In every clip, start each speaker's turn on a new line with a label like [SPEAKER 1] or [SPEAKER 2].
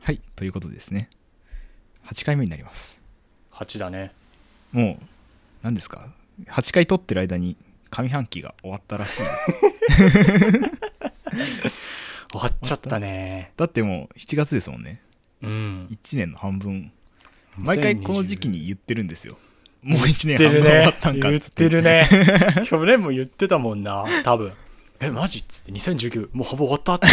[SPEAKER 1] はいということですね8回目になります
[SPEAKER 2] 8だね
[SPEAKER 1] もう何ですか8回撮ってる間に上半期が終わったらしいです
[SPEAKER 2] 終わっちゃったね
[SPEAKER 1] だってもう7月ですもんね
[SPEAKER 2] うん
[SPEAKER 1] 1年の半分毎回この時期に言ってるんですよもう1
[SPEAKER 2] 言
[SPEAKER 1] 年半分
[SPEAKER 2] ってる
[SPEAKER 1] 終わ
[SPEAKER 2] ね
[SPEAKER 1] ったんか
[SPEAKER 2] 言
[SPEAKER 1] っ
[SPEAKER 2] っ
[SPEAKER 1] つって
[SPEAKER 2] るね 去年も言ってたもんな多分えマジっつって2019もうほぼ終わったって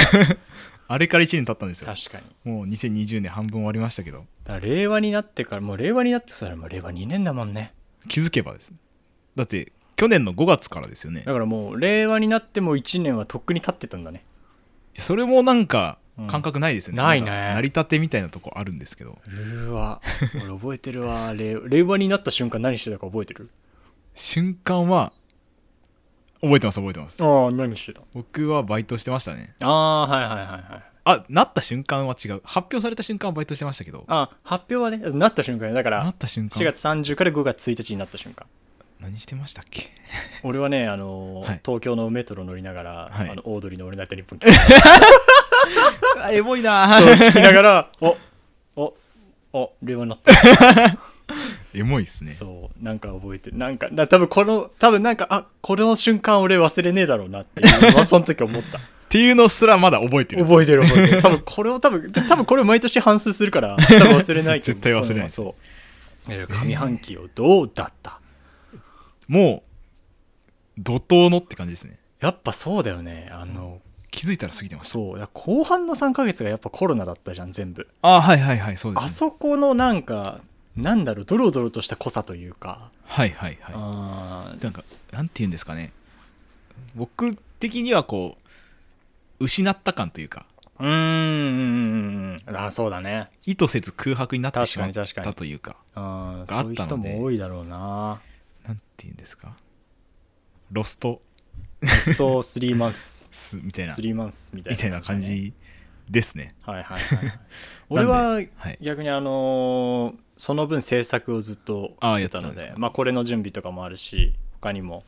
[SPEAKER 1] あれから1年経ったんですよ
[SPEAKER 2] 確かに
[SPEAKER 1] もう2020年半分終わりましたけど
[SPEAKER 2] だから令和になってからもう令和になってそれもう令和2年だもんね
[SPEAKER 1] 気づけばですだって去年の5月からですよね
[SPEAKER 2] だからもう令和になってもう1年はとっくに経ってたんだね
[SPEAKER 1] それもなんか
[SPEAKER 2] うん
[SPEAKER 1] 感覚ないですよね、
[SPEAKER 2] ないね
[SPEAKER 1] んか成り立てみたいなとこあるんですけど
[SPEAKER 2] うーわ俺覚えてるわ令令和になった瞬間何してたか覚えてる
[SPEAKER 1] 瞬間は覚えてます覚えてます
[SPEAKER 2] ああ何してた
[SPEAKER 1] 僕はバイトしてましたね
[SPEAKER 2] ああーはいはいはいはい
[SPEAKER 1] あなった瞬間は違う発表された瞬間はバイトしてましたけど
[SPEAKER 2] あ発表はねなった瞬間ねだか
[SPEAKER 1] な
[SPEAKER 2] ら
[SPEAKER 1] った瞬
[SPEAKER 2] 4
[SPEAKER 1] 間
[SPEAKER 2] 月30から5月1日になった瞬間
[SPEAKER 1] 何してましたっけ
[SPEAKER 2] 俺はねあのー、
[SPEAKER 1] はい
[SPEAKER 2] 東京のメトロ乗りながら、
[SPEAKER 1] はい
[SPEAKER 2] あのオードリーの「オールナイトニッポン」聞
[SPEAKER 1] エモいな
[SPEAKER 2] きながら おおお令和になった、
[SPEAKER 1] エモいっすね
[SPEAKER 2] そうなんか覚えてるなんかな多分この多分なんかあこの瞬間俺忘れねえだろうなっていうの はその時思った
[SPEAKER 1] っていうのすらまだ覚えてる
[SPEAKER 2] 覚えてる覚え てる多分これを多分多分これを毎年反数す るから多分忘れない
[SPEAKER 1] 絶対忘れない
[SPEAKER 2] そういや上半期をどうだった、
[SPEAKER 1] もう怒涛のって感じですね
[SPEAKER 2] やっぱそうだよねあの
[SPEAKER 1] 気づいたら過ぎてました
[SPEAKER 2] そうだから後半の3ヶ月がやっぱコロナだったじゃん全部
[SPEAKER 1] あはいはいはいそうです、ね、
[SPEAKER 2] あそこのなんかなんだろうドロドロとした濃さというか、
[SPEAKER 1] はいはいはい
[SPEAKER 2] あー
[SPEAKER 1] なんかなんて言うんですかね僕的にはこう失った感というか
[SPEAKER 2] うーんうんうんうんあそうだね
[SPEAKER 1] 意図せず空白になってしまっ
[SPEAKER 2] 確かに確か
[SPEAKER 1] た
[SPEAKER 2] に
[SPEAKER 1] というか
[SPEAKER 2] あー
[SPEAKER 1] があった
[SPEAKER 2] そ
[SPEAKER 1] の
[SPEAKER 2] うい
[SPEAKER 1] で
[SPEAKER 2] う人も多いだろうな
[SPEAKER 1] なんて言うんですかロスト
[SPEAKER 2] ベスト3マンス
[SPEAKER 1] ス みたいな
[SPEAKER 2] 3マンスみたい
[SPEAKER 1] み
[SPEAKER 2] な、
[SPEAKER 1] たいな感じですね
[SPEAKER 2] はいはいはいはい俺は
[SPEAKER 1] はい
[SPEAKER 2] 逆にあのーその分制作をずっとしてた
[SPEAKER 1] あーやってたん
[SPEAKER 2] の
[SPEAKER 1] です
[SPEAKER 2] で
[SPEAKER 1] か
[SPEAKER 2] まあこれの準備とかもあるし他にも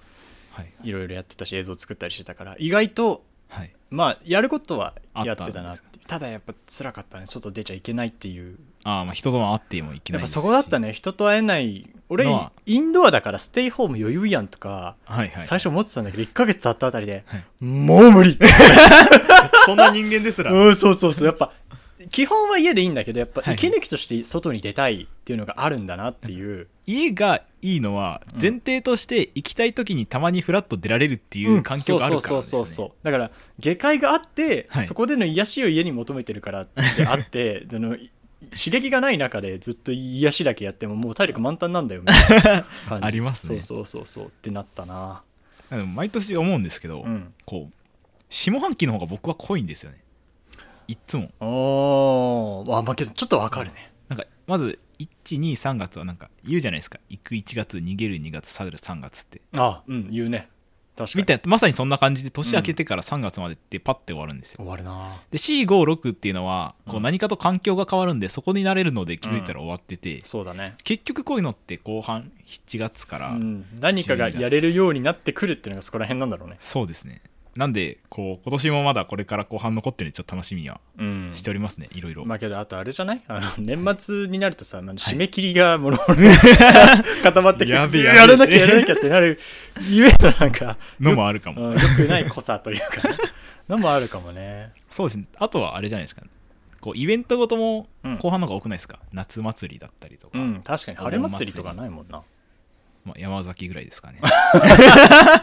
[SPEAKER 1] はい
[SPEAKER 2] いろいろやってたし映像作ったりしてたから意外と
[SPEAKER 1] はい
[SPEAKER 2] まあやることはやってた
[SPEAKER 1] あったん
[SPEAKER 2] な
[SPEAKER 1] で
[SPEAKER 2] っ
[SPEAKER 1] す
[SPEAKER 2] ていうただやっぱ辛かったね外出ちゃいけないっていう
[SPEAKER 1] ああまあ人とは会ってもいけ
[SPEAKER 2] や
[SPEAKER 1] ないで
[SPEAKER 2] っぱ
[SPEAKER 1] すし
[SPEAKER 2] そこだったね人と会えない俺
[SPEAKER 1] のは
[SPEAKER 2] インドアだからステイホーム余裕やんとか
[SPEAKER 1] はいはい
[SPEAKER 2] 最初思ってたんだけど1ヶ月経ったあたりで
[SPEAKER 1] はい
[SPEAKER 2] もう無理って
[SPEAKER 1] そんな人間です ら
[SPEAKER 2] うんそうそうそうやっぱ基本は家でいいんだけどやっぱ
[SPEAKER 1] はい
[SPEAKER 2] 息抜きとして外に出たいっていうのがあるんだなっていう
[SPEAKER 1] 家がいいのは
[SPEAKER 2] うん
[SPEAKER 1] 前提として行きたい時にたまにフラッと出られるっていう環境があるから
[SPEAKER 2] そう
[SPEAKER 1] ですよね
[SPEAKER 2] そうそうそうそうだから下界があって、
[SPEAKER 1] はい
[SPEAKER 2] そこでの癒しを家に求めてるからってあって あのい刺激がない中でずっと癒しだけやってももう体力満タンなんだよみたいな感じ
[SPEAKER 1] ありますね
[SPEAKER 2] そうそうそうそうってなったな
[SPEAKER 1] あの毎年思うんですけど、
[SPEAKER 2] うん
[SPEAKER 1] こう下半期の方が僕は濃いんですよねいっつも
[SPEAKER 2] おーあまあけどちょっとわかるね
[SPEAKER 1] なんかまず123月はなんか言うじゃないですか行く1月逃げる2月去る3月って
[SPEAKER 2] あうん言うね確かに
[SPEAKER 1] みたいなまさにそんな感じで年明けてから3月までってパッて終わるんですよ、
[SPEAKER 2] 終わるな
[SPEAKER 1] で456っていうのはこ
[SPEAKER 2] う
[SPEAKER 1] うん何かと環境が変わるんでそこになれるので気づいたら終わってて、
[SPEAKER 2] そうだね、
[SPEAKER 1] 結局こういうのって後半7月か
[SPEAKER 2] う
[SPEAKER 1] ら、
[SPEAKER 2] ん、何かがやれるようになってくるっていうのがそこら辺なんだろうね
[SPEAKER 1] そうですねなんでこう今年もまだこれから後半残ってるんでちょっと楽しみには
[SPEAKER 2] うん
[SPEAKER 1] しておりますね、いろいろ、
[SPEAKER 2] まあけどあとあれじゃないあの年末になるとさ、あの締め切りがもの 固まってきて
[SPEAKER 1] やべえやべえ
[SPEAKER 2] やらなきゃやらなきゃってなるゆえのなんか
[SPEAKER 1] のもあるか
[SPEAKER 2] う
[SPEAKER 1] も、
[SPEAKER 2] ん良くない濃さというか のもあるかもね
[SPEAKER 1] そうですねあとはあれじゃないですか、こうイベントごとも
[SPEAKER 2] うん
[SPEAKER 1] 後半の方が多くないですか、夏祭りだったりとか、
[SPEAKER 2] うん確かに晴れ祭りとかないもんな
[SPEAKER 1] まあ、山崎ぐらいですかね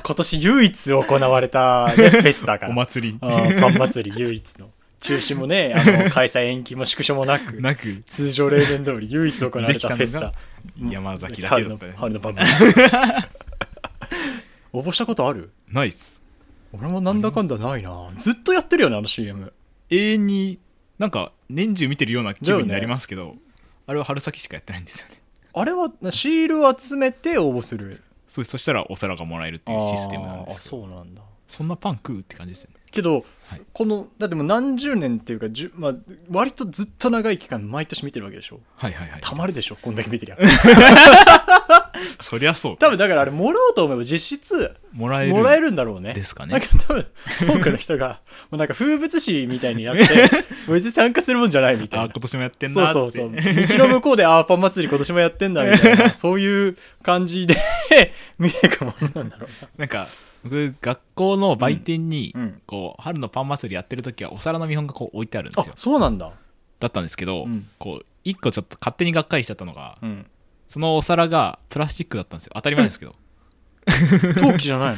[SPEAKER 2] 今年唯一行われた、ね、フェスだか
[SPEAKER 1] お
[SPEAKER 2] ら
[SPEAKER 1] 祭り
[SPEAKER 2] うんパン祭り唯一の中止 もねあの開催延期も縮小もなく
[SPEAKER 1] なく
[SPEAKER 2] 通常例年通り唯一行われたフェスだ
[SPEAKER 1] 山崎だけだったね
[SPEAKER 2] 春の春のパン 祭り応募したことある
[SPEAKER 1] ナイス
[SPEAKER 2] 俺もなんだかんだないなずっとやってるよねあの CM
[SPEAKER 1] 永遠になんか年中見てるような気
[SPEAKER 2] だよね
[SPEAKER 1] 分になりますけど、あれは春先しかやってないんですよね
[SPEAKER 2] あれはシールを集めて応募する
[SPEAKER 1] そうそしたらお皿がもらえるっていうシステムなんですけど
[SPEAKER 2] あーあそうなんだ
[SPEAKER 1] そんなパン食うって感じですよね
[SPEAKER 2] けど、
[SPEAKER 1] はい
[SPEAKER 2] このだってもう何十年っていうかじゅ、まあ、割とずっと長い期間毎年見てるわけでしょ
[SPEAKER 1] はいはいはい
[SPEAKER 2] たまるでしょこんだけ見てりゃ
[SPEAKER 1] そりゃそう
[SPEAKER 2] 多分だからあれもらおうと思えば実質
[SPEAKER 1] もらえる
[SPEAKER 2] もらえるんだろうね
[SPEAKER 1] ですかね
[SPEAKER 2] なんか多分多くの人 がもうなんか風物詩みたいにやって別に参加するもんじゃないみた
[SPEAKER 1] あ
[SPEAKER 2] い
[SPEAKER 1] 今
[SPEAKER 2] な
[SPEAKER 1] 年もやってん
[SPEAKER 2] そう
[SPEAKER 1] なーっ
[SPEAKER 2] そ
[SPEAKER 1] つ
[SPEAKER 2] う
[SPEAKER 1] って
[SPEAKER 2] そう道の向こうでアーパン祭り今年もやってんだみたい なそういう感じで 見ていくものなんだろう
[SPEAKER 1] なんか僕学校の売店に、
[SPEAKER 2] な、うん、
[SPEAKER 1] こう春のパン祭りやってる時はお皿の見本がこう置いてあるんで
[SPEAKER 2] あ
[SPEAKER 1] すよ
[SPEAKER 2] そうなんだ
[SPEAKER 1] だったんですけど、
[SPEAKER 2] うん
[SPEAKER 1] こう一個ちょっと勝手にがっかりしちゃったのが、
[SPEAKER 2] うん
[SPEAKER 1] そのお皿がプラスチックだったんですよ当たり前ですけど
[SPEAKER 2] 陶器じ ゃないの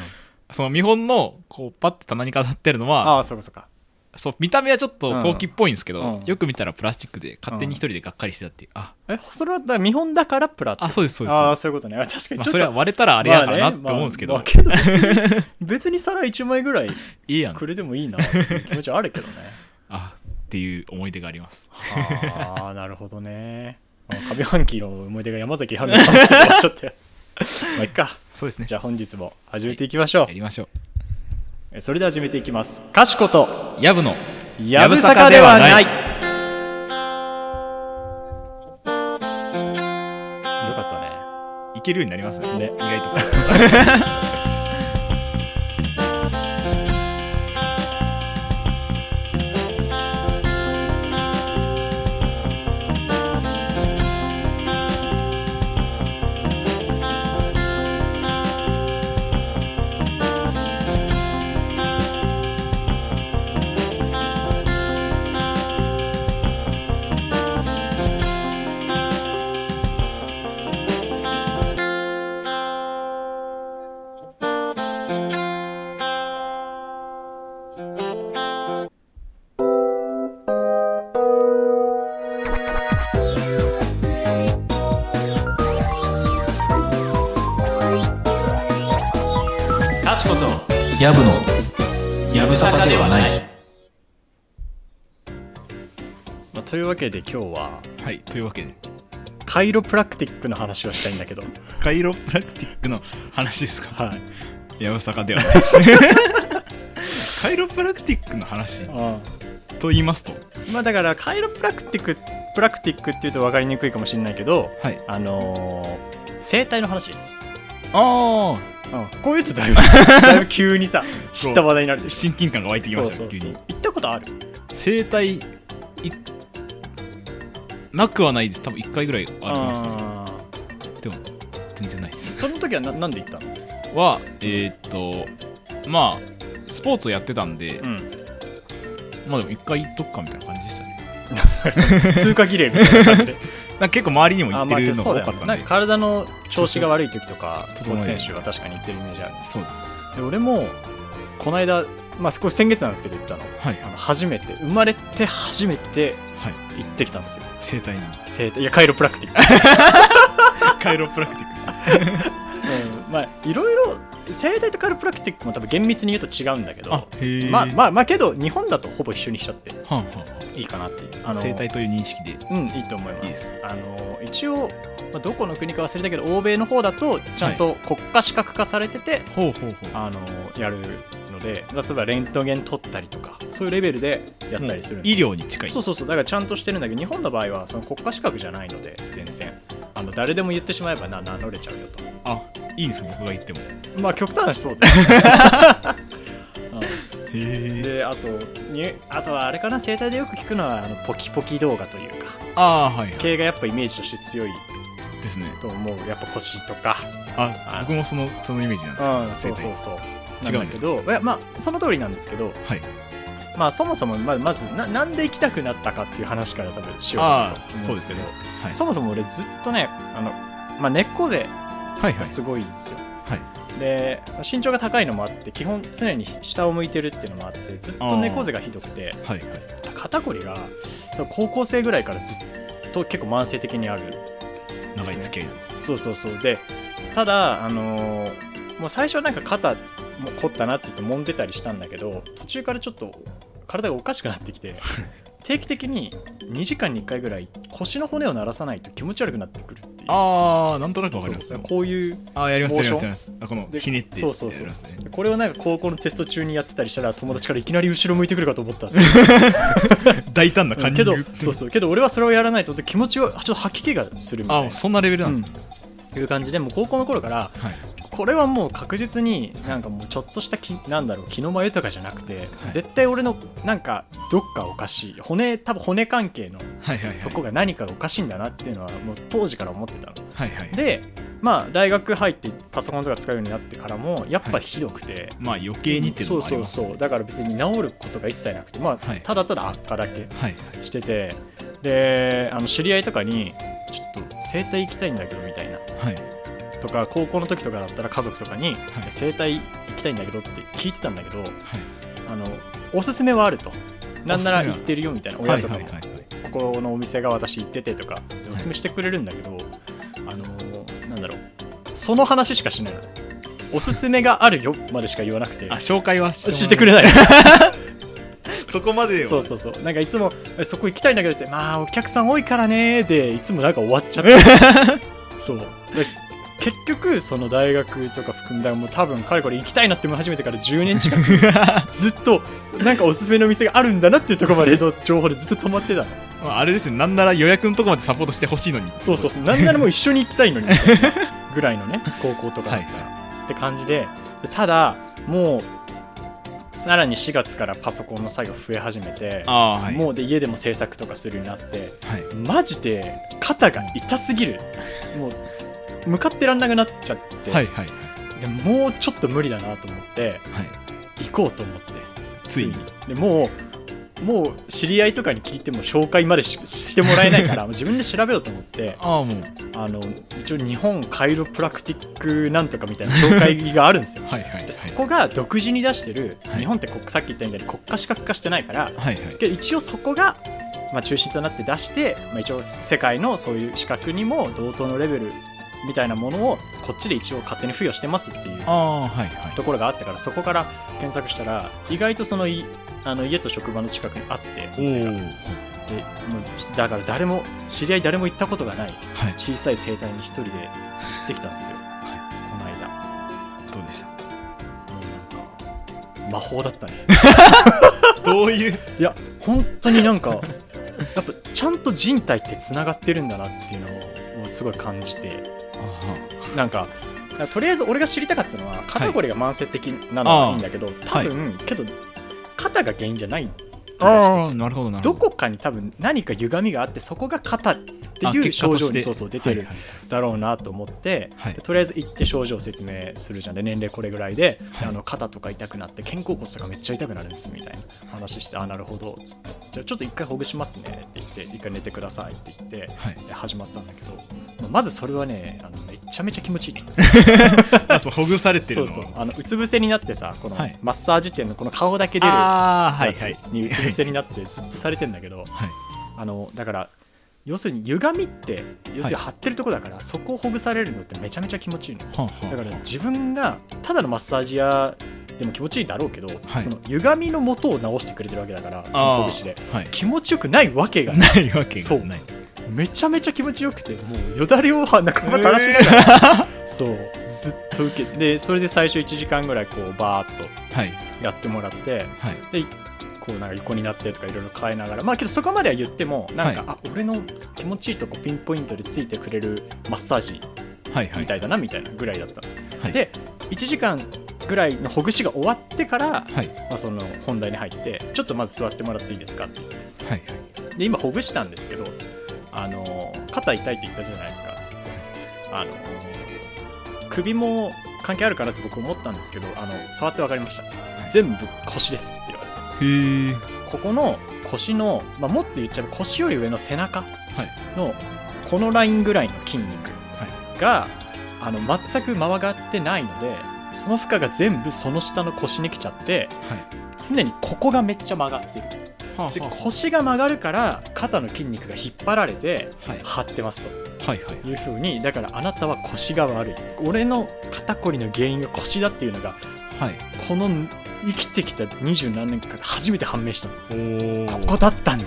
[SPEAKER 1] その見本のこうパッて棚に飾ってるのは
[SPEAKER 2] ああそうかそうか
[SPEAKER 1] そう見た目はちょっと陶器っぽいんですけど、
[SPEAKER 2] うん
[SPEAKER 1] よく見たらプラスチックで勝手に一人でがっかりしてたっていう、あ
[SPEAKER 2] えそれはだから見本だからプラって
[SPEAKER 1] あそうですそうです
[SPEAKER 2] ああそういうことねあ確かに
[SPEAKER 1] まあ、
[SPEAKER 2] ちょ
[SPEAKER 1] そ
[SPEAKER 2] っと
[SPEAKER 1] れは割れたらあれやからなって思うんですけど、
[SPEAKER 2] まあねまあまあけど別に別に皿1枚ぐらい
[SPEAKER 1] いいやん
[SPEAKER 2] くれてもいいなっていう気持ちはあるけどね
[SPEAKER 1] あっていう思い出があります
[SPEAKER 2] ああなるほどねあ上半期の思い出が山崎春の話で終わっちゃってまあいっか
[SPEAKER 1] そうですね
[SPEAKER 2] じゃあ本日も始めていきましょう
[SPEAKER 1] やりましょ
[SPEAKER 2] えそれでは始めていきますかしこと
[SPEAKER 1] うやぶの
[SPEAKER 2] やぶさかではない
[SPEAKER 1] や
[SPEAKER 2] よか
[SPEAKER 1] いけるようになりますね
[SPEAKER 2] ったねね
[SPEAKER 1] 意外と
[SPEAKER 2] かしこと
[SPEAKER 1] やぶのやぶさかではない
[SPEAKER 2] まあというわけで今日は
[SPEAKER 1] はいというわけで
[SPEAKER 2] カイロプラクティックの話をしたいんだけど
[SPEAKER 1] カイロプラクティックの話ですか
[SPEAKER 2] はい
[SPEAKER 1] やぶさかではないです ねカイロプラクティックの話
[SPEAKER 2] うん
[SPEAKER 1] と言いますと
[SPEAKER 2] まあだからカイロプラクティックプラクティックっていうと分かりにくいかもしれないけど
[SPEAKER 1] はい
[SPEAKER 2] あのー、生態の話です、
[SPEAKER 1] あ
[SPEAKER 2] うん、こういうとだい ぶだいぶ急にさ知った話題になる
[SPEAKER 1] あ
[SPEAKER 2] でしょ
[SPEAKER 1] 親近感が湧いてきましたね急に
[SPEAKER 2] 行ったことある
[SPEAKER 1] 生態いなくはないです多分1回ぐらいありましたね
[SPEAKER 2] あー
[SPEAKER 1] でも全然ないです
[SPEAKER 2] その時はななんで行ったの
[SPEAKER 1] はえーっとまあスポーツをやってたんで、
[SPEAKER 2] うん
[SPEAKER 1] まあでも一回行っとくかみたいな感じでしたね
[SPEAKER 2] 通過儀礼みたいな感 じで
[SPEAKER 1] なんか結構周りにも行
[SPEAKER 2] あ
[SPEAKER 1] っ
[SPEAKER 2] ま
[SPEAKER 1] て
[SPEAKER 2] あ
[SPEAKER 1] るのが
[SPEAKER 2] そう
[SPEAKER 1] 多
[SPEAKER 2] だ
[SPEAKER 1] か
[SPEAKER 2] よ
[SPEAKER 1] っ
[SPEAKER 2] ね
[SPEAKER 1] たん
[SPEAKER 2] なん
[SPEAKER 1] で
[SPEAKER 2] か体の調子が悪い時とかスポーツ選手は確かに行ってるイメージある
[SPEAKER 1] そうです
[SPEAKER 2] で俺もこの間まあ少し先月なんですけど行ったの
[SPEAKER 1] はい
[SPEAKER 2] あの初めて生まれて初めて
[SPEAKER 1] はい
[SPEAKER 2] 行ってきたんですよ
[SPEAKER 1] 生態に
[SPEAKER 2] 生態いやカイロプラクテ ィック
[SPEAKER 1] カイロプラクティックです
[SPEAKER 2] うんまあいろいろ生態とカルプラクティックも多分厳密に言うと違うんだけ
[SPEAKER 1] あ
[SPEAKER 2] ど
[SPEAKER 1] へえ
[SPEAKER 2] まあまあまあけど日本だとほぼ一緒にしちゃって
[SPEAKER 1] はんはんはい
[SPEAKER 2] いかなっていうあの
[SPEAKER 1] 生態という認識で
[SPEAKER 2] うんいいと思います
[SPEAKER 1] いいです
[SPEAKER 2] あの一応、まあ、どこの国か忘れたけど欧米の方だとちゃんと国家資格化されてて、
[SPEAKER 1] ほうほうほう
[SPEAKER 2] あのやるので例えばレントゲン取ったりとかそういうレベルでやったりするんで
[SPEAKER 1] 医療に近い
[SPEAKER 2] そうそうそうだからちゃんとしてるんだけど日本の場合はその国家資格じゃないので全然あの誰でも言ってしまえばな名乗れちゃうよと
[SPEAKER 1] あいいんですか僕が言ってもへ
[SPEAKER 2] まあ極端な話そうです、うん
[SPEAKER 1] え
[SPEAKER 2] であとにあとはあれかな生態でよく聞くのはあのポキポキ動画というか
[SPEAKER 1] ああーはいはい
[SPEAKER 2] 系がやっぱイメージとして強い
[SPEAKER 1] ですね
[SPEAKER 2] と思うやっぱ星とか、
[SPEAKER 1] あ
[SPEAKER 2] あ
[SPEAKER 1] 僕もそのそのイメージなんです
[SPEAKER 2] うん、
[SPEAKER 1] け
[SPEAKER 2] そ
[SPEAKER 1] ど
[SPEAKER 2] う
[SPEAKER 1] 生
[SPEAKER 2] そう
[SPEAKER 1] 態
[SPEAKER 2] そう
[SPEAKER 1] 違
[SPEAKER 2] なん
[SPEAKER 1] うんで
[SPEAKER 2] だけ
[SPEAKER 1] す
[SPEAKER 2] どいやまあその通りなんですけど、
[SPEAKER 1] はい
[SPEAKER 2] まあ、そもそもままずななんで行きたくなったかっていう話から多分しようかなと思うんですけど
[SPEAKER 1] あーそうはい
[SPEAKER 2] そもそも俺ずっとねあの、まあ、猫背
[SPEAKER 1] はいは
[SPEAKER 2] が
[SPEAKER 1] い
[SPEAKER 2] すごいんですよ、
[SPEAKER 1] はい
[SPEAKER 2] で身長が高いのもあって基本常に下を向いてるっていうのもあってずっと猫背がひどくて
[SPEAKER 1] はいはい
[SPEAKER 2] 肩こりが多分高校生ぐらいからずっと結構慢性的にある
[SPEAKER 1] 長い付き合いなんですね
[SPEAKER 2] そうそうそうでただあのーもう最初はなんか肩も凝ったなって言って揉んでたりしたんだけど途中からちょっと体がおかしくなって きて定期的に2時間に1回ぐらい腰の骨を鳴らさないと気持ち悪くなってくるっていう
[SPEAKER 1] ああなんとなくわかります
[SPEAKER 2] そうこういう
[SPEAKER 1] あやりますや
[SPEAKER 2] モーシ
[SPEAKER 1] り
[SPEAKER 2] ョン
[SPEAKER 1] ますやりますあこの
[SPEAKER 2] で
[SPEAKER 1] ひねって
[SPEAKER 2] そうそうそう
[SPEAKER 1] やりますね
[SPEAKER 2] これをなんか高校のテスト中にやってたりしたら友達からいきなり後ろ向いてくるかと 思ったって
[SPEAKER 1] 大胆な感じ
[SPEAKER 2] けどそうそうけど俺はそれをやらないと思って気持ちをちょっと吐き気がするみ
[SPEAKER 1] あ
[SPEAKER 2] たい
[SPEAKER 1] もう
[SPEAKER 2] な
[SPEAKER 1] そんなレベルなんですね
[SPEAKER 2] いう感じでもう高校の頃から
[SPEAKER 1] はい
[SPEAKER 2] これはもう確実になんかもうちょっとしたきなんだろう気の迷いとかじゃなくて、絶対俺のなんかどっかおかしい骨多分骨関係の
[SPEAKER 1] はいはいはい
[SPEAKER 2] とこが何かがおかしいんだなっていうのはもう当時から思ってたの
[SPEAKER 1] はいはい
[SPEAKER 2] でまあ大学入ってパソコンとか使うようになってからもやっぱひどくて、
[SPEAKER 1] まあ余計にっていうのもあります
[SPEAKER 2] そうそうそうだから別に治ることが一切なくてまあ、
[SPEAKER 1] はい
[SPEAKER 2] ただただ悪化だけ
[SPEAKER 1] はい
[SPEAKER 2] しててであの知り合いとかにちょっと整体行きたいんだけどみたいな
[SPEAKER 1] はいはい
[SPEAKER 2] とか高校の時とかだったら家族とかに整体行きたいんだけどって聞いてたんだけどあのおすすめはあるとなんなら行ってるよみたいな
[SPEAKER 1] は
[SPEAKER 2] 親
[SPEAKER 1] い
[SPEAKER 2] とか
[SPEAKER 1] はい
[SPEAKER 2] も
[SPEAKER 1] はいはい
[SPEAKER 2] ここのお店が私行っててとかおすすめしてくれるんだけどあのなんだろうその話しかしないのおすすめがあるよまでしか言わなくて
[SPEAKER 1] あ紹介は
[SPEAKER 2] 知ってくれない
[SPEAKER 1] そこまでよ
[SPEAKER 2] そうそうそうなんかいつもえそこ行きたいんだけどってまあお客さん多いからねでいつもなんか終わっちゃって そうで結局その大学とか含めたらもう多分かれこれ行きたいなって思い始めてから10年 近くずっとなんかおすすめの店があるんだなっていうところまでの情報でずっと止まってたの
[SPEAKER 1] まああれですねなんなら予約のとこまでサポートしてほしいのに
[SPEAKER 2] そうそうそうなんならもう一緒に行きたいのにみたいなぐらいのね高校とかだ
[SPEAKER 1] は
[SPEAKER 2] っ
[SPEAKER 1] い
[SPEAKER 2] たらって感じででただもうさらに4月からパソコンの作業増え始めて
[SPEAKER 1] ああはい
[SPEAKER 2] もうで家でも制作とかするようになって
[SPEAKER 1] はい
[SPEAKER 2] マジで肩が痛すぎるもう向かってらんなくなっちゃって、
[SPEAKER 1] はいはいはい
[SPEAKER 2] でもうちょっと無理だなと思って
[SPEAKER 1] はい
[SPEAKER 2] 行こうと思って
[SPEAKER 1] ついに
[SPEAKER 2] でもうもう知り合いとかに聞いても紹介までししてもらえない からもう自分で調べようと思って
[SPEAKER 1] ああもう
[SPEAKER 2] あの一応日本カイロプラクティックなんとかみたいな紹介があるんですよ
[SPEAKER 1] はいはいはい
[SPEAKER 2] でそこが独自に出してる、
[SPEAKER 1] はい
[SPEAKER 2] 日本って国さっき言ったみたいに国家資格化してないから
[SPEAKER 1] はいはい
[SPEAKER 2] けど一応そこが、まあ、中心となって出して、まあ、一応世界のそういう資格にも同等のレベルみたいなものをこっちで一応勝手に付与してますっていう
[SPEAKER 1] ああはいはい
[SPEAKER 2] ところがあったからそこから検索したら意外とそのいあの家と職場の近くにあって
[SPEAKER 1] お
[SPEAKER 2] 店が
[SPEAKER 1] お
[SPEAKER 2] でもうだから誰も知り合い誰も行ったことがない
[SPEAKER 1] はい
[SPEAKER 2] 小さい生態に一人で行ってきたんですよ、この間
[SPEAKER 1] どうでした
[SPEAKER 2] もうなんか魔法だったね
[SPEAKER 1] どういう
[SPEAKER 2] いや本当になんか やっぱちゃんと人体ってつながってるんだなっていうのをすごい感じてなんかとりあえず俺が知りたかったのは肩こりが慢性的なの
[SPEAKER 1] あ
[SPEAKER 2] は
[SPEAKER 1] あ
[SPEAKER 2] いいんだけど、多分、けど肩が原因じゃない気がして
[SPEAKER 1] ああなるほどなる
[SPEAKER 2] ど
[SPEAKER 1] ほど
[SPEAKER 2] こかに多分何か歪みがあってそこが肩って
[SPEAKER 1] あ
[SPEAKER 2] いう
[SPEAKER 1] 結果
[SPEAKER 2] 症
[SPEAKER 1] と
[SPEAKER 2] 状
[SPEAKER 1] して
[SPEAKER 2] にそうそう出てる
[SPEAKER 1] はい
[SPEAKER 2] だろうなと思って、
[SPEAKER 1] はい
[SPEAKER 2] とりあえず行って症状を説明するじゃんで年齢これぐらいで、
[SPEAKER 1] はい
[SPEAKER 2] あの肩とか痛くなって肩甲骨とかめっちゃ痛くなるんですみたいな話してあなるほどつってじゃあちょっと一回ほぐしますねって言って一回寝てくださいって言って
[SPEAKER 1] はいはい
[SPEAKER 2] で始まったんだけどまあまずそれはねあのめちゃめちゃ気持ちいいね
[SPEAKER 1] あそうほぐされて
[SPEAKER 2] そ
[SPEAKER 1] る
[SPEAKER 2] う
[SPEAKER 1] の
[SPEAKER 2] そうあのうつ伏せになってさこの
[SPEAKER 1] はい
[SPEAKER 2] マッサージ店のこの顔だけ出るや
[SPEAKER 1] ああはい
[SPEAKER 2] つ
[SPEAKER 1] はい
[SPEAKER 2] にうつ伏せになってずっとされてんだけど、
[SPEAKER 1] はい
[SPEAKER 2] あのだから要するに歪みって要するに張ってるとこだから、そこをほぐされるのってめちゃめちゃ気持ちいいの
[SPEAKER 1] はんはんは
[SPEAKER 2] だ
[SPEAKER 1] ん
[SPEAKER 2] から自分がただのマッサージ屋でも気持ちいいだろうけど、
[SPEAKER 1] はい
[SPEAKER 2] その歪みの元を直してくれてるわけだからそ
[SPEAKER 1] あ
[SPEAKER 2] の
[SPEAKER 1] ー
[SPEAKER 2] 拳で
[SPEAKER 1] はい
[SPEAKER 2] 気持ちよくないわけがない
[SPEAKER 1] ないわけがない
[SPEAKER 2] めちゃめちゃ気持ちよくてもうよだれを仲間垂らしながら、そうずっと受けてでそれで最初1時間ぐらいこうバーッと
[SPEAKER 1] はい
[SPEAKER 2] やってもらって
[SPEAKER 1] はい
[SPEAKER 2] でこうなんか横になってとかいろいろ変えながらまあけどそこまでは言ってもなんか、あ俺の気持ちいいとこピンポイントでついてくれるマッサージ
[SPEAKER 1] はいはい
[SPEAKER 2] みたいだなみたいなぐらいだったの、
[SPEAKER 1] はい
[SPEAKER 2] で1時間ぐらいのほぐしが終わってから、
[SPEAKER 1] はい
[SPEAKER 2] まあ、その本題に入ってちょっとまず座ってもらっていいですかって言って
[SPEAKER 1] はいはい
[SPEAKER 2] で今ほぐしたんですけどあの肩痛いって言ったじゃないですかつってあの首も関係あるかなって僕思ったんですけどあの触って分かりました、
[SPEAKER 1] い
[SPEAKER 2] 全部腰ですって言われて
[SPEAKER 1] へえ
[SPEAKER 2] ここの腰の、まあ、もっと言っちゃえば腰より上の背中
[SPEAKER 1] はい
[SPEAKER 2] のこのラインぐらいの筋肉が、あの全く曲がってないのでその負荷が全部その下の腰に来ちゃって
[SPEAKER 1] はい
[SPEAKER 2] 常にここがめっちゃ曲がってる
[SPEAKER 1] はあは
[SPEAKER 2] で
[SPEAKER 1] あは
[SPEAKER 2] 腰が曲がるから肩の筋肉が引っ張られて
[SPEAKER 1] あはい
[SPEAKER 2] 張ってます
[SPEAKER 1] はいはい
[SPEAKER 2] というふうにだからあなたは腰が悪い俺の肩こりの原因が腰だっていうのが
[SPEAKER 1] はい
[SPEAKER 2] この生きてきた二十何年間で初めて判明したの
[SPEAKER 1] おお
[SPEAKER 2] ここだったんだ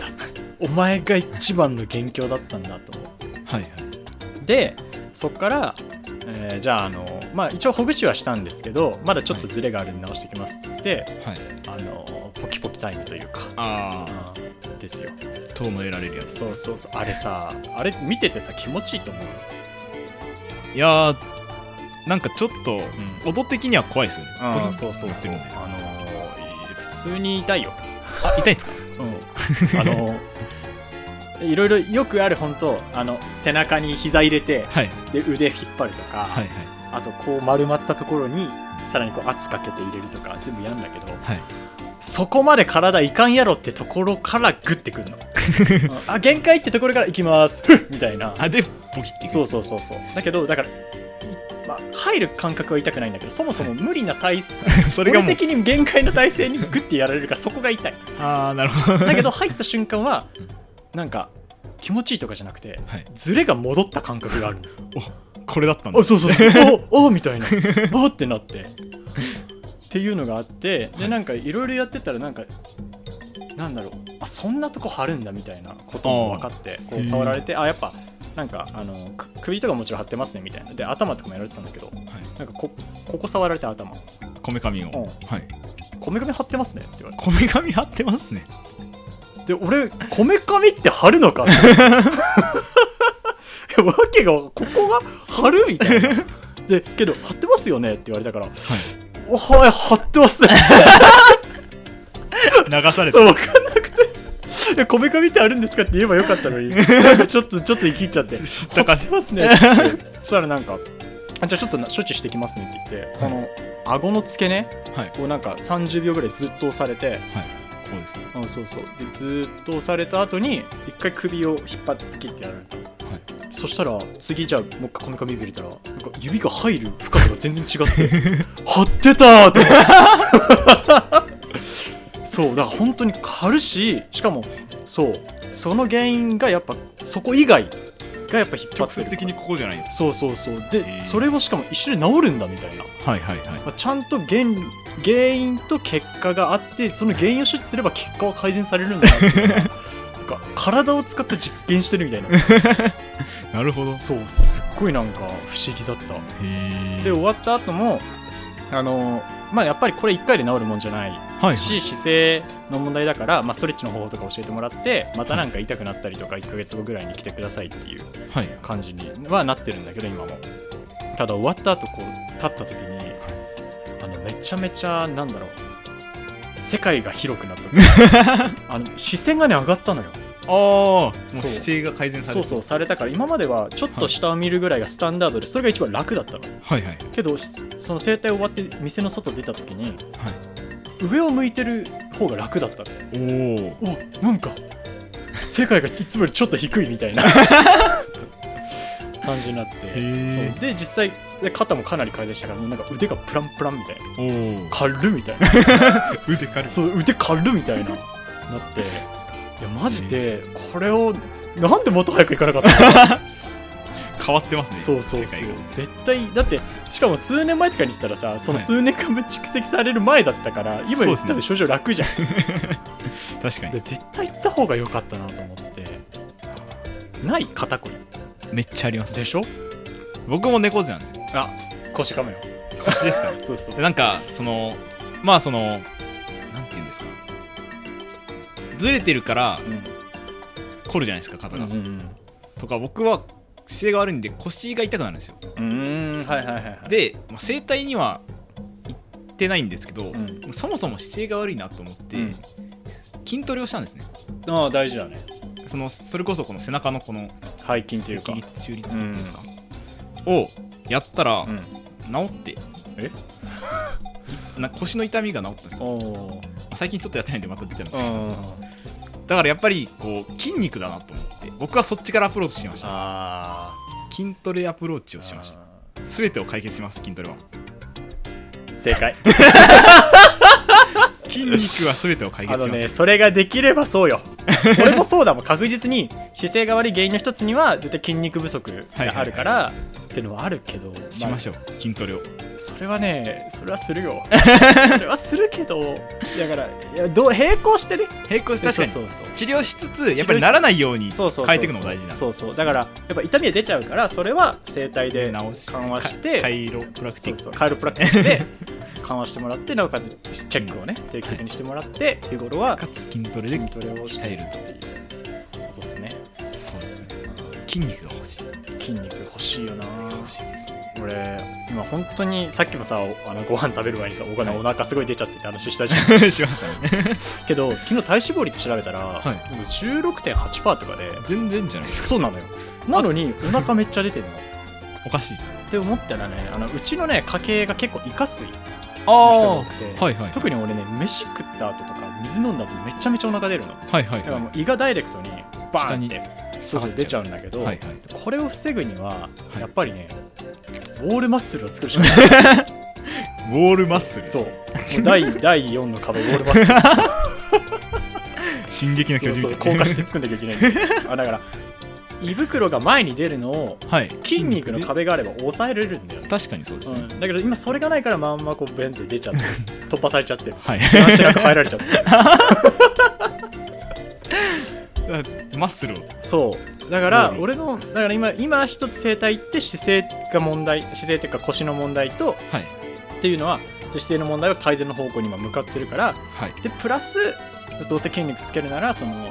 [SPEAKER 2] お前が一番の元凶だったんだと思って
[SPEAKER 1] はいはい
[SPEAKER 2] でそこから、えーじゃああの、まあ、一応ほぐしはしたんですけどまだちょっとズレがあるんで直してきますっつって、
[SPEAKER 1] はい
[SPEAKER 2] あのポキポキタイムというか、
[SPEAKER 1] ああ
[SPEAKER 2] うんですよ
[SPEAKER 1] 遠の得られるやつ
[SPEAKER 2] そうそうそうあれさあれ見ててさ気持ちいいと思う
[SPEAKER 1] いやーなんかちょっと
[SPEAKER 2] うん
[SPEAKER 1] 音的には怖いですよね
[SPEAKER 2] あ
[SPEAKER 1] ポキ
[SPEAKER 2] ー
[SPEAKER 1] ン
[SPEAKER 2] そうそう
[SPEAKER 1] す
[SPEAKER 2] そ
[SPEAKER 1] る
[SPEAKER 2] う、
[SPEAKER 1] んで
[SPEAKER 2] あのー普通に痛いよ、
[SPEAKER 1] あ痛いんですか
[SPEAKER 2] うん、あのーいろいろよくある本当あの背中に膝入れて
[SPEAKER 1] はい
[SPEAKER 2] で腕引っ張るとか、
[SPEAKER 1] はいはい
[SPEAKER 2] あとこう丸まったところにさらにこう圧かけて入れるとか全部やんだけど
[SPEAKER 1] はい
[SPEAKER 2] そこまで体いかんやろってところからグッてくる のうんあ限界ってところから行きますふっみたいな
[SPEAKER 1] あでポキっていく
[SPEAKER 2] そうそうそうそうだけどだから、いまあ、入る感覚は痛くないんだけどそもそも無理な体勢
[SPEAKER 1] それ
[SPEAKER 2] 俺
[SPEAKER 1] がもう
[SPEAKER 2] 的に限界の体勢にグッてやられるからそこが痛い
[SPEAKER 1] ああなるほど
[SPEAKER 2] だ けど入った瞬間はなんか気持ちいいとかじゃなくて
[SPEAKER 1] はい
[SPEAKER 2] ズレが戻った感覚がある
[SPEAKER 1] これだったんだ
[SPEAKER 2] あそうそうそう おおみたいなおってなってっていうのがあってでなんかいろいろやってたらなんかなんだろうあそんなとこ張るんだみたいなことも分かってこ
[SPEAKER 1] へ
[SPEAKER 2] う
[SPEAKER 1] ー
[SPEAKER 2] 触られてあやっぱなんかあのく首とかもちろん張ってますねみたいなで頭とかもやられてたんだけど
[SPEAKER 1] はい
[SPEAKER 2] なんかこここ触られて頭
[SPEAKER 1] こめかみを
[SPEAKER 2] うん
[SPEAKER 1] はい
[SPEAKER 2] こめかみ張ってますねって言われ
[SPEAKER 1] こめかみ張ってますね
[SPEAKER 2] てで俺こめかみって張るのか ってわけがここが張るみたいなでけど張ってますよねって言われたから
[SPEAKER 1] は
[SPEAKER 2] おはい張ってま すね
[SPEAKER 1] い 流された
[SPEAKER 2] そう分かんなくていや「こめかみってあるんですか?」って言えばよかったのになんかちょっとちょっと生き入っちゃって「
[SPEAKER 1] 知っ
[SPEAKER 2] 張
[SPEAKER 1] たか
[SPEAKER 2] ってますね」ってそしたらなんか「あじゃあちょっとな処置してきますね」って言って、この顎の付け根
[SPEAKER 1] はい
[SPEAKER 2] をなんか30秒ぐらいずっと押されて
[SPEAKER 1] こうですね
[SPEAKER 2] あそうそうでずっと押された後に一回首を引っ張ってピッてやられた、そしたら次じゃあもう一回こめかみ指入れたらなんか指が入る深さが全然違って 張ってたーって思ってそうだから本当に張るししかもそうその原因がやっぱそこ以外がやっぱ引っ張
[SPEAKER 1] 直
[SPEAKER 2] って
[SPEAKER 1] 接
[SPEAKER 2] る
[SPEAKER 1] 的にここじゃないんです
[SPEAKER 2] そうそうそうで、
[SPEAKER 1] ー
[SPEAKER 2] それをしかも一緒に治るんだみたいな
[SPEAKER 1] はいはいはい
[SPEAKER 2] まあちゃんと原原因と結果があってその原因を処置すれば結果は改善されるんだなっていうのがなんか体を使って実験してるみたいな
[SPEAKER 1] なるほどへ
[SPEAKER 2] そうすっごいなんか不思議だった
[SPEAKER 1] え
[SPEAKER 2] で終わった後もあのまあやっぱりこれ1回で治るもんじゃない
[SPEAKER 1] はい
[SPEAKER 2] し姿勢の問題だから、まあ、ストレッチの方法とか教えてもらってまたなんか痛くなったりとか1ヶ月後ぐらいに来てくださいっていう
[SPEAKER 1] はい
[SPEAKER 2] 感じにはなってるんだけど今もただ終わった後こう立った時にあのめちゃめちゃなんだろう世界が広くなったあの視線がね上がったのよ
[SPEAKER 1] ああもう
[SPEAKER 2] そう
[SPEAKER 1] 姿勢が改善され
[SPEAKER 2] そう
[SPEAKER 1] て
[SPEAKER 2] そうされたから今まではちょっと下を見るぐらいがスタンダードでそれが一番楽だったの
[SPEAKER 1] はいはい
[SPEAKER 2] けどしその整体終わって店の外出た時に
[SPEAKER 1] はい
[SPEAKER 2] 上を向いてる方が楽だったの
[SPEAKER 1] おお
[SPEAKER 2] おなんか 世界がいつもよりちょっと低いみたいな感じになってて
[SPEAKER 1] ー
[SPEAKER 2] そうで実際で肩もかなり改善したからもうなんか腕がプランプランみたいな
[SPEAKER 1] おお
[SPEAKER 2] 軽っみた いな
[SPEAKER 1] 腕かる
[SPEAKER 2] そう腕軽っみたいななっていやマジでこれをなんでもっと早く行かなかったの
[SPEAKER 1] 変わってますね
[SPEAKER 2] そうそうそ
[SPEAKER 1] 世界
[SPEAKER 2] う
[SPEAKER 1] が
[SPEAKER 2] 絶対だってしかも数年前とかにしたらさその
[SPEAKER 1] はい
[SPEAKER 2] 数年間分蓄積される前だったから今
[SPEAKER 1] そう
[SPEAKER 2] よ
[SPEAKER 1] で
[SPEAKER 2] り
[SPEAKER 1] す
[SPEAKER 2] 多
[SPEAKER 1] ね
[SPEAKER 2] 分症状楽じゃん、
[SPEAKER 1] 確か
[SPEAKER 2] で
[SPEAKER 1] に
[SPEAKER 2] 絶対行った方が良かったなと思ってない肩こり
[SPEAKER 1] めっちゃあります
[SPEAKER 2] でしょ
[SPEAKER 1] 僕も猫背なんですよ
[SPEAKER 2] あ腰かむよ
[SPEAKER 1] 腰ですか
[SPEAKER 2] そうそう
[SPEAKER 1] でなんかそのまあそのなんて言うんですかずれてるから
[SPEAKER 2] うん
[SPEAKER 1] 凝るじゃないですか肩
[SPEAKER 2] うん
[SPEAKER 1] が、
[SPEAKER 2] うん
[SPEAKER 1] とか僕は姿勢が悪いんで腰が痛くなるんですよ
[SPEAKER 2] うんうーんはいはいはいはい
[SPEAKER 1] で、まあ、整体には行ってないんですけど、
[SPEAKER 2] うん
[SPEAKER 1] そもそも姿勢が悪いなと思って、
[SPEAKER 2] うん
[SPEAKER 1] 筋トレをしたんですね
[SPEAKER 2] ああ大事だね
[SPEAKER 1] そのそれこそこの背中のこの
[SPEAKER 2] 背筋というか
[SPEAKER 1] 脊立中立筋っていうんですか、をやったら
[SPEAKER 2] うん
[SPEAKER 1] 治って、
[SPEAKER 2] え
[SPEAKER 1] な腰の痛みが治ったんですよ
[SPEAKER 2] おお
[SPEAKER 1] 最近ちょっとやってないんでまた出てるんですけど
[SPEAKER 2] あ
[SPEAKER 1] だからやっぱりこう筋肉だなと思って僕はそっちからアプローチしました
[SPEAKER 2] あ
[SPEAKER 1] 筋トレアプローチをしました全てを解決します筋トレは
[SPEAKER 2] 正解
[SPEAKER 1] 筋肉は全てを解
[SPEAKER 2] あ
[SPEAKER 1] 決
[SPEAKER 2] の
[SPEAKER 1] します、
[SPEAKER 2] ねそれができれば そうよ俺もそうだもん確実に姿勢が悪い原因の一つには絶対筋肉不足があるから、っていうのはあるけど
[SPEAKER 1] しましょう筋トレを
[SPEAKER 2] まあそれはねそれはする よそれはするけどだからいやどう並行してね
[SPEAKER 1] 並行して
[SPEAKER 2] そう
[SPEAKER 1] 確か
[SPEAKER 2] そう
[SPEAKER 1] に
[SPEAKER 2] そうそう
[SPEAKER 1] 治療しつつやっぱりならないように
[SPEAKER 2] そうそう
[SPEAKER 1] 変えていくのも大事な
[SPEAKER 2] そうそうだからやっぱ痛みが出ちゃうからそれは整体で緩
[SPEAKER 1] 直し
[SPEAKER 2] 和して
[SPEAKER 1] カイロプラクティ
[SPEAKER 2] そう
[SPEAKER 1] ッ
[SPEAKER 2] そ
[SPEAKER 1] ク
[SPEAKER 2] うカイロプラクティックで 緩和してもらってなおかつチェックをね定期的にしてもらって日頃は
[SPEAKER 1] かつ筋トレで
[SPEAKER 2] 筋トレをしているということですね
[SPEAKER 1] そうですね筋肉が欲しい
[SPEAKER 2] 筋筋肉欲しいよな
[SPEAKER 1] 欲しいですね
[SPEAKER 2] 俺今本当にさっきもさあのご飯食べる前にさお金
[SPEAKER 1] はい
[SPEAKER 2] お腹すごい出ちゃってって話したじゃ ん
[SPEAKER 1] しましたね
[SPEAKER 2] けど昨日体脂肪率調べたら、
[SPEAKER 1] い
[SPEAKER 2] でも16.8%とかで
[SPEAKER 1] 全然じゃないですか
[SPEAKER 2] そうなのよなのにお腹めっちゃ出てるのっ
[SPEAKER 1] おかしい
[SPEAKER 2] て思ったらねあのうちのね家系が結構イカ水の
[SPEAKER 1] あ
[SPEAKER 2] 人が多
[SPEAKER 1] は
[SPEAKER 2] くて、
[SPEAKER 1] いはい
[SPEAKER 2] 特に俺ね飯食った後とか水飲んだ後めちゃめちゃお腹出るのだ
[SPEAKER 1] はいはい
[SPEAKER 2] からも
[SPEAKER 1] は
[SPEAKER 2] う胃がダイレクトにバ
[SPEAKER 1] 下
[SPEAKER 2] ーン
[SPEAKER 1] に
[SPEAKER 2] ってそうそう出ちゃうんだけ
[SPEAKER 1] い
[SPEAKER 2] ど、
[SPEAKER 1] はいはい
[SPEAKER 2] これを防ぐには
[SPEAKER 1] はい
[SPEAKER 2] やっぱりね、ウォールマッスルを作るしかない
[SPEAKER 1] ウォールマッスル
[SPEAKER 2] そうもう第第4の壁ウォールマッスル
[SPEAKER 1] 進撃の巨人
[SPEAKER 2] そう
[SPEAKER 1] み
[SPEAKER 2] そう
[SPEAKER 1] たい
[SPEAKER 2] 硬
[SPEAKER 1] な
[SPEAKER 2] 化して作んなきゃいけないんだよあだから胃袋が前に出るのを
[SPEAKER 1] はい
[SPEAKER 2] 筋肉の壁があれば抑えられるんだよね、
[SPEAKER 1] 確かにそうです
[SPEAKER 2] う
[SPEAKER 1] ね
[SPEAKER 2] んだけど今それがないからまんまこうベンって出ちゃって突破されちゃって
[SPEAKER 1] はい
[SPEAKER 2] 足が入られちゃって
[SPEAKER 1] マッスルを
[SPEAKER 2] そうだから
[SPEAKER 1] うん
[SPEAKER 2] 俺のだから今今一つ整体行って姿勢が問題姿勢っていうか腰の問題と
[SPEAKER 1] はい
[SPEAKER 2] っていうのは姿勢の問題は改善の方向に今向かってるから
[SPEAKER 1] はい
[SPEAKER 2] でプラスどうせ筋肉つけるならその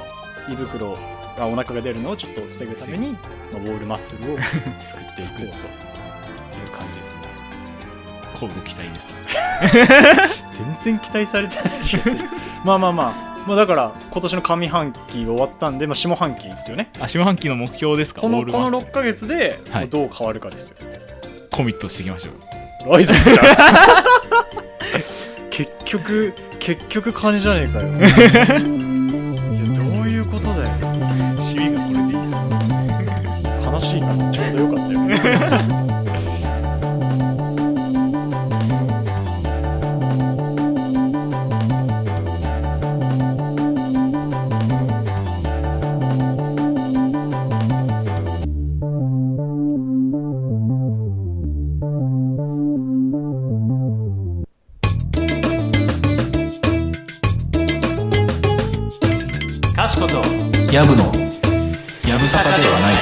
[SPEAKER 2] 胃袋がお腹が出るのをちょっと防ぐために、まあ、ウォールマッスルを作っていこうという感じですね
[SPEAKER 1] 交互期待ですね
[SPEAKER 2] 全然期待されてない気がする まあまあまあ、まあ、だから今年の上半期終わったんで、まあ、下半期ですよね
[SPEAKER 1] あ下半期の目標ですか
[SPEAKER 2] こ
[SPEAKER 1] ウォ
[SPEAKER 2] の
[SPEAKER 1] ール
[SPEAKER 2] こ
[SPEAKER 1] マ
[SPEAKER 2] の
[SPEAKER 1] ッス
[SPEAKER 2] 6ヶ月で
[SPEAKER 1] はい
[SPEAKER 2] もうどう変わるかですよ、
[SPEAKER 1] ルコミットしていきましょう
[SPEAKER 2] ライズアップじゃ ん結局結局金じゃねえか よいやどういうことだよ
[SPEAKER 1] 締めがこれでいいです
[SPEAKER 2] 悲しいなちょうどよかったよかしこと
[SPEAKER 1] ヤブのヤブ坂ではない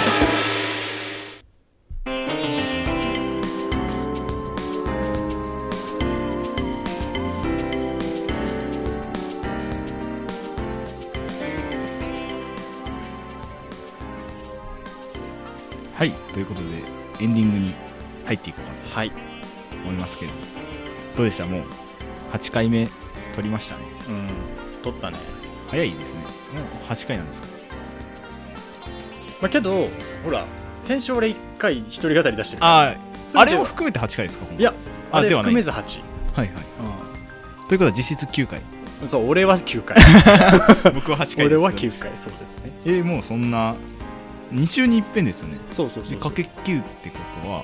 [SPEAKER 1] はいということでエンディングに入っていこうかな
[SPEAKER 2] はい
[SPEAKER 1] と思いますけれどもどうでしたもう8回目撮りましたね
[SPEAKER 2] うん取ったね、
[SPEAKER 1] 早いですねもう8回なんですか
[SPEAKER 2] まあ、けどほら先週俺一回一人語り出してる
[SPEAKER 1] あ
[SPEAKER 2] 全て
[SPEAKER 1] あ
[SPEAKER 2] は
[SPEAKER 1] あれも含めて8回ですか今回
[SPEAKER 2] いや
[SPEAKER 1] あ
[SPEAKER 2] あれ
[SPEAKER 1] ではない
[SPEAKER 2] 含めず8、
[SPEAKER 1] はいはいということは実質9回
[SPEAKER 2] うん、そう俺は9回
[SPEAKER 1] 僕は8回ですけど
[SPEAKER 2] 俺は9回そうですね
[SPEAKER 1] えーもうそんな2週に一遍ですよね
[SPEAKER 2] そうそうそ
[SPEAKER 1] で
[SPEAKER 2] う
[SPEAKER 1] かけ9ってことはあ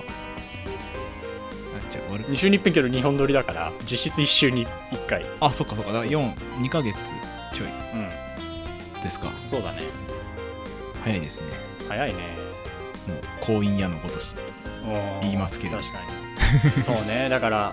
[SPEAKER 1] じゃあ割る
[SPEAKER 2] 2週に1遍けど2本撮りだから実質1週に1回うん
[SPEAKER 1] あそっかそっかだから42ヶ月ちょいですか
[SPEAKER 2] そうだね
[SPEAKER 1] 早いですね
[SPEAKER 2] 早いね
[SPEAKER 1] もう婚姻屋のことし言いますけど
[SPEAKER 2] 確か にそうねだから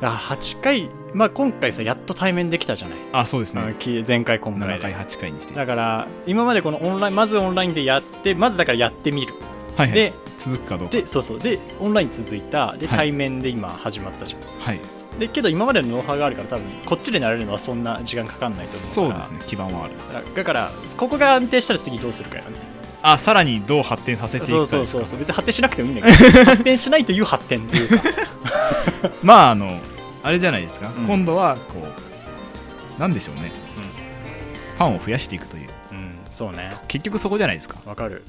[SPEAKER 2] だから8回、まあ、今回さやっと対面できたじゃない、
[SPEAKER 1] あそうです
[SPEAKER 2] あの
[SPEAKER 1] ね
[SPEAKER 2] き前回今回
[SPEAKER 1] 7回
[SPEAKER 2] で
[SPEAKER 1] 8回にしては
[SPEAKER 2] だから今までこのオンラインまずオンラインでやってまずだからやってみる
[SPEAKER 1] いはい
[SPEAKER 2] で
[SPEAKER 1] 続くかどうか
[SPEAKER 2] でそうそうでオンライン続いたで
[SPEAKER 1] はい
[SPEAKER 2] 対面で今始まったじゃん、
[SPEAKER 1] はい
[SPEAKER 2] でけど今までのノウハウがあるから多分こっちで慣れるのはそんな時間かかんないと
[SPEAKER 1] そ
[SPEAKER 2] 思う
[SPEAKER 1] う
[SPEAKER 2] から
[SPEAKER 1] ですね基盤はある
[SPEAKER 2] だからだからここが安定したら次どうするかよね
[SPEAKER 1] あさらにどう発展させていくか
[SPEAKER 2] そう
[SPEAKER 1] です
[SPEAKER 2] そう
[SPEAKER 1] か
[SPEAKER 2] そうそう別に発展しなくてもいいんだけ ど発展しないという発展というか
[SPEAKER 1] まああのあれじゃないですか、
[SPEAKER 2] うん
[SPEAKER 1] 今度はこうなんでしょうねファンを増やしていくという
[SPEAKER 2] うん、うん、そうね
[SPEAKER 1] 結局そこじゃないですか
[SPEAKER 2] わ かる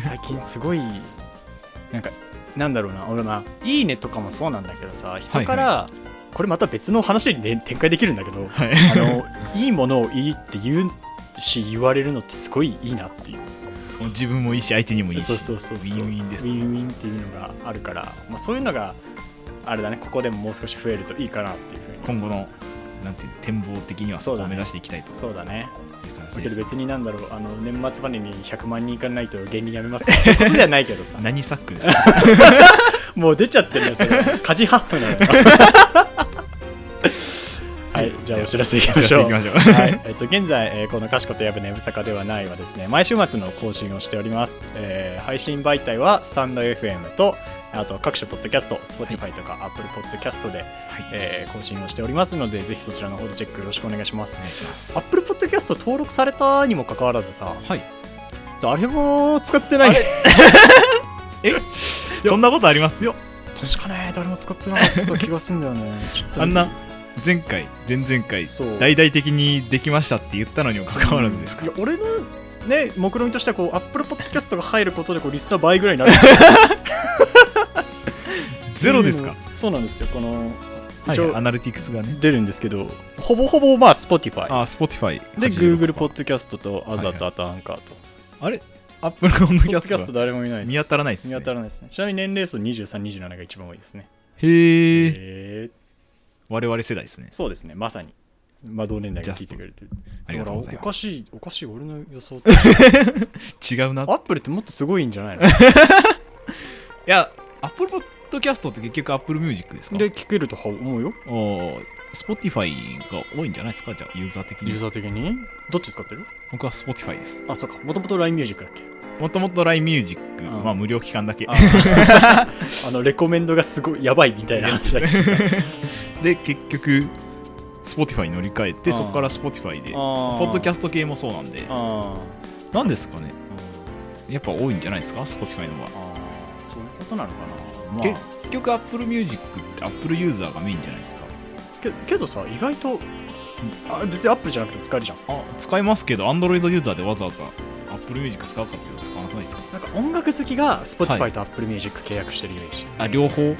[SPEAKER 2] 最近すごいなんかなんだろうな俺な「いいね」とかもそうなんだけどさ人から、これまた別の話に、ね、展開できるんだけど
[SPEAKER 1] はい
[SPEAKER 2] あのいいものをいいって言うし言われるのってすごいいいなっていう
[SPEAKER 1] もう自分もいいし相手にもいいし
[SPEAKER 2] そうそうそうそう
[SPEAKER 1] ウィンウィンです
[SPEAKER 2] ウィンウィンっていうのがあるから、まあ、そういうのがあれだねここでももう少し増えるといいかなっていうふうに
[SPEAKER 1] 今後のなんていう展望的には
[SPEAKER 2] そ
[SPEAKER 1] そうこ
[SPEAKER 2] だ
[SPEAKER 1] を
[SPEAKER 2] ね
[SPEAKER 1] 目指していきたいという
[SPEAKER 2] そうだね
[SPEAKER 1] 感
[SPEAKER 2] だ
[SPEAKER 1] じ
[SPEAKER 2] け
[SPEAKER 1] で
[SPEAKER 2] ど
[SPEAKER 1] す、
[SPEAKER 2] 別になんだろうあの年末までに100万人いかないと芸人やめますとかそういうことではないけどさ
[SPEAKER 1] 何サッ クですか
[SPEAKER 2] もう出ちゃってるよそれ家事ハップなのよはいじゃあお知らせいきましょう
[SPEAKER 1] お知らせいきましょう
[SPEAKER 2] はいえっと、現在、えーこの「かしことやぶねぶさかではない」はですね毎週末の更新をしております、えー配信媒体はスタンド FM とあと各種ポッドキャスト Spotify とか Apple ポッドキャストで、
[SPEAKER 1] はい、
[SPEAKER 2] えー更新をしておりますのでぜひそちらの方でチェックよろしくお願いします
[SPEAKER 1] お願いします
[SPEAKER 2] アップルポッドキャスト登録されたにもかかわらずさ
[SPEAKER 1] はい
[SPEAKER 2] 誰も使ってない
[SPEAKER 1] そんなことありますよ
[SPEAKER 2] 確かね誰も使ってなかった気がすんだよねちょっと
[SPEAKER 1] あんな前回前々回
[SPEAKER 2] そう
[SPEAKER 1] 大々的にできましたって言ったのにもかかわらずですか
[SPEAKER 2] いや俺のね目論見みとしてはこうアップルポッドキャストが入ることでこうリスナー倍ぐらいになる
[SPEAKER 1] ゼロですか、
[SPEAKER 2] そうなんですよこの
[SPEAKER 1] は
[SPEAKER 2] 一
[SPEAKER 1] い、
[SPEAKER 2] 応
[SPEAKER 1] アナリティクスがね
[SPEAKER 2] 出るんですけどほぼほぼまあ Spotify
[SPEAKER 1] あー Spotify
[SPEAKER 2] で
[SPEAKER 1] 86
[SPEAKER 2] Google ポッドキャストとアザとあとアンカーと
[SPEAKER 1] あれアップルポッ
[SPEAKER 2] ポッ
[SPEAKER 1] ド
[SPEAKER 2] ド
[SPEAKER 1] キ
[SPEAKER 2] キ
[SPEAKER 1] ャ
[SPEAKER 2] ャ
[SPEAKER 1] ス
[SPEAKER 2] ス
[SPEAKER 1] ト
[SPEAKER 2] ト
[SPEAKER 1] が
[SPEAKER 2] 誰もいないです
[SPEAKER 1] 見当たらないです
[SPEAKER 2] 見
[SPEAKER 1] ね
[SPEAKER 2] 当たらないですねちなみに年齢層2327が一番多いですね
[SPEAKER 1] へえ
[SPEAKER 2] え
[SPEAKER 1] 我々世代ですね
[SPEAKER 2] そうですねまさにまあ同年代が聞いてくれてる
[SPEAKER 1] ありがとうござい
[SPEAKER 2] ほらお
[SPEAKER 1] ま
[SPEAKER 2] か
[SPEAKER 1] す
[SPEAKER 2] しいおかしい俺の 予想
[SPEAKER 1] 違うない
[SPEAKER 2] アップルってもっとすごいんじゃないの
[SPEAKER 1] やアップルポッドキャストって結局アップルミュージックですか
[SPEAKER 2] で聞けるとは思うよ
[SPEAKER 1] おー Spotify が多いんじゃないですかじゃあユーザー的に
[SPEAKER 2] ユーザー的にどっち使ってる
[SPEAKER 1] 僕は Spotify です
[SPEAKER 2] あそうかもともと LINE ミュージックだっけ
[SPEAKER 1] もともと LINE ミュージック、
[SPEAKER 2] うん
[SPEAKER 1] まあ無料期間だけ
[SPEAKER 2] あ あのレコメンドがすごいやばいみたいな話だけど
[SPEAKER 1] で結局 Spotify に乗り換えて
[SPEAKER 2] あー
[SPEAKER 1] そこから Spotify でポ
[SPEAKER 2] ポ
[SPEAKER 1] ッドキャ
[SPEAKER 2] ス
[SPEAKER 1] スト系もそうなんで
[SPEAKER 2] トあー
[SPEAKER 1] なんですかね
[SPEAKER 2] うん
[SPEAKER 1] やっぱ多いんじゃないですか Spotify の方が
[SPEAKER 2] あーそういうことなのかな、まあ、
[SPEAKER 1] け結局 Apple Music って Apple ユーザーがメインじゃないですか
[SPEAKER 2] けけどさ意外とあ別にアップルじゃなくても使えるじゃん
[SPEAKER 1] あ使いますけど Android ユーザーでわざわざ Apple Music 使うかっていうと使わなくないですか
[SPEAKER 2] なんか音楽好きが Spotify
[SPEAKER 1] は
[SPEAKER 2] と Apple Music 契約してるイメージ、
[SPEAKER 1] あ両方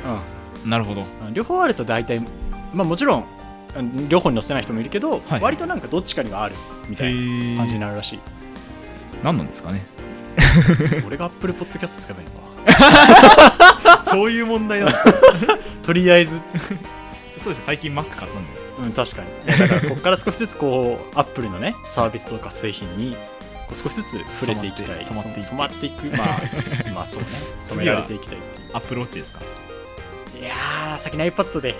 [SPEAKER 1] なるほど
[SPEAKER 2] うん、両方あると大体、まあ、もちろんうん両方に載せない人もいるけど、
[SPEAKER 1] はい
[SPEAKER 2] 割となんかどっちかにはあるみたいな
[SPEAKER 1] え
[SPEAKER 2] 感じになるらしい
[SPEAKER 1] 何なんですかね
[SPEAKER 2] 俺が Apple Podcast 使えばいいの か
[SPEAKER 1] そういう問題だ
[SPEAKER 2] とりあえず、
[SPEAKER 1] そうですね最近 Mac 買ったんで
[SPEAKER 2] うん、確かにいやだからここから少しずつこう Apple のねサービスとか製品にこう少しずつ触れていきたい
[SPEAKER 1] 染まって
[SPEAKER 2] 染まっていくまあ すまあそうね染められていきたいっていう
[SPEAKER 1] Apple Watch ですか
[SPEAKER 2] いやー、先に iPad で。い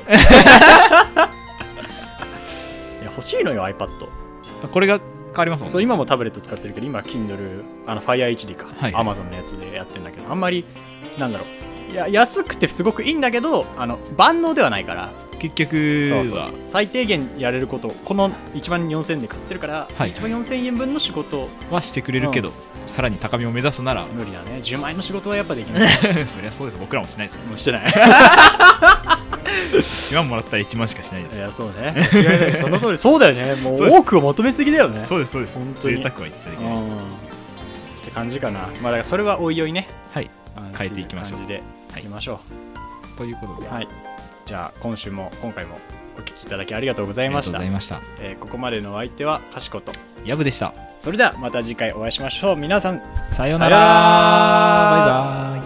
[SPEAKER 2] や欲しいのよ、iPad。
[SPEAKER 1] あこれが変わりますもんね
[SPEAKER 2] そう今もタブレット使ってるけど、今、Kindle、あの FireHD か、
[SPEAKER 1] はい
[SPEAKER 2] Amazon のやつでやってるんだけど、あんまり、なんだろう。いや安くてすごくいいんだけどあの万能ではないから、
[SPEAKER 1] 結局
[SPEAKER 2] そ
[SPEAKER 1] は
[SPEAKER 2] うそうそう最低限やれることこの1万4000円で買ってるから、
[SPEAKER 1] はい
[SPEAKER 2] 1万4000円分の仕事を
[SPEAKER 1] はしてくれるけど、さらに高みを目指すなら
[SPEAKER 2] 無理だね10万円の仕事はやっぱできない
[SPEAKER 1] そりゃそうです僕らもしないですよ
[SPEAKER 2] もうしてない
[SPEAKER 1] 1万もらったら1万しかしないで
[SPEAKER 2] い
[SPEAKER 1] す
[SPEAKER 2] やそうね 間違いないその通りそうだよねもう
[SPEAKER 1] そうです
[SPEAKER 2] 多くを求めすぎだよね
[SPEAKER 1] そうですそうです
[SPEAKER 2] 本当に
[SPEAKER 1] 贅沢は言っちゃいけないです
[SPEAKER 2] って感じかな、まあ、だからそれはおいおいね
[SPEAKER 1] はい
[SPEAKER 2] あの
[SPEAKER 1] 変えていきましょう
[SPEAKER 2] っていう感じで
[SPEAKER 1] はい
[SPEAKER 2] いきましょ
[SPEAKER 1] ということ
[SPEAKER 2] う
[SPEAKER 1] で、
[SPEAKER 2] はい、じゃあ今週も今回もお聞きいただきありがとうござ
[SPEAKER 1] あ
[SPEAKER 2] い
[SPEAKER 1] りが
[SPEAKER 2] ま
[SPEAKER 1] と
[SPEAKER 2] し
[SPEAKER 1] うご
[SPEAKER 2] た
[SPEAKER 1] ざいました
[SPEAKER 2] えーここまでのお相手はかしこと
[SPEAKER 1] ヤブでした
[SPEAKER 2] それではまた次回お会いしましょう皆さん
[SPEAKER 1] さ
[SPEAKER 2] ようなら
[SPEAKER 1] ようならバイバイ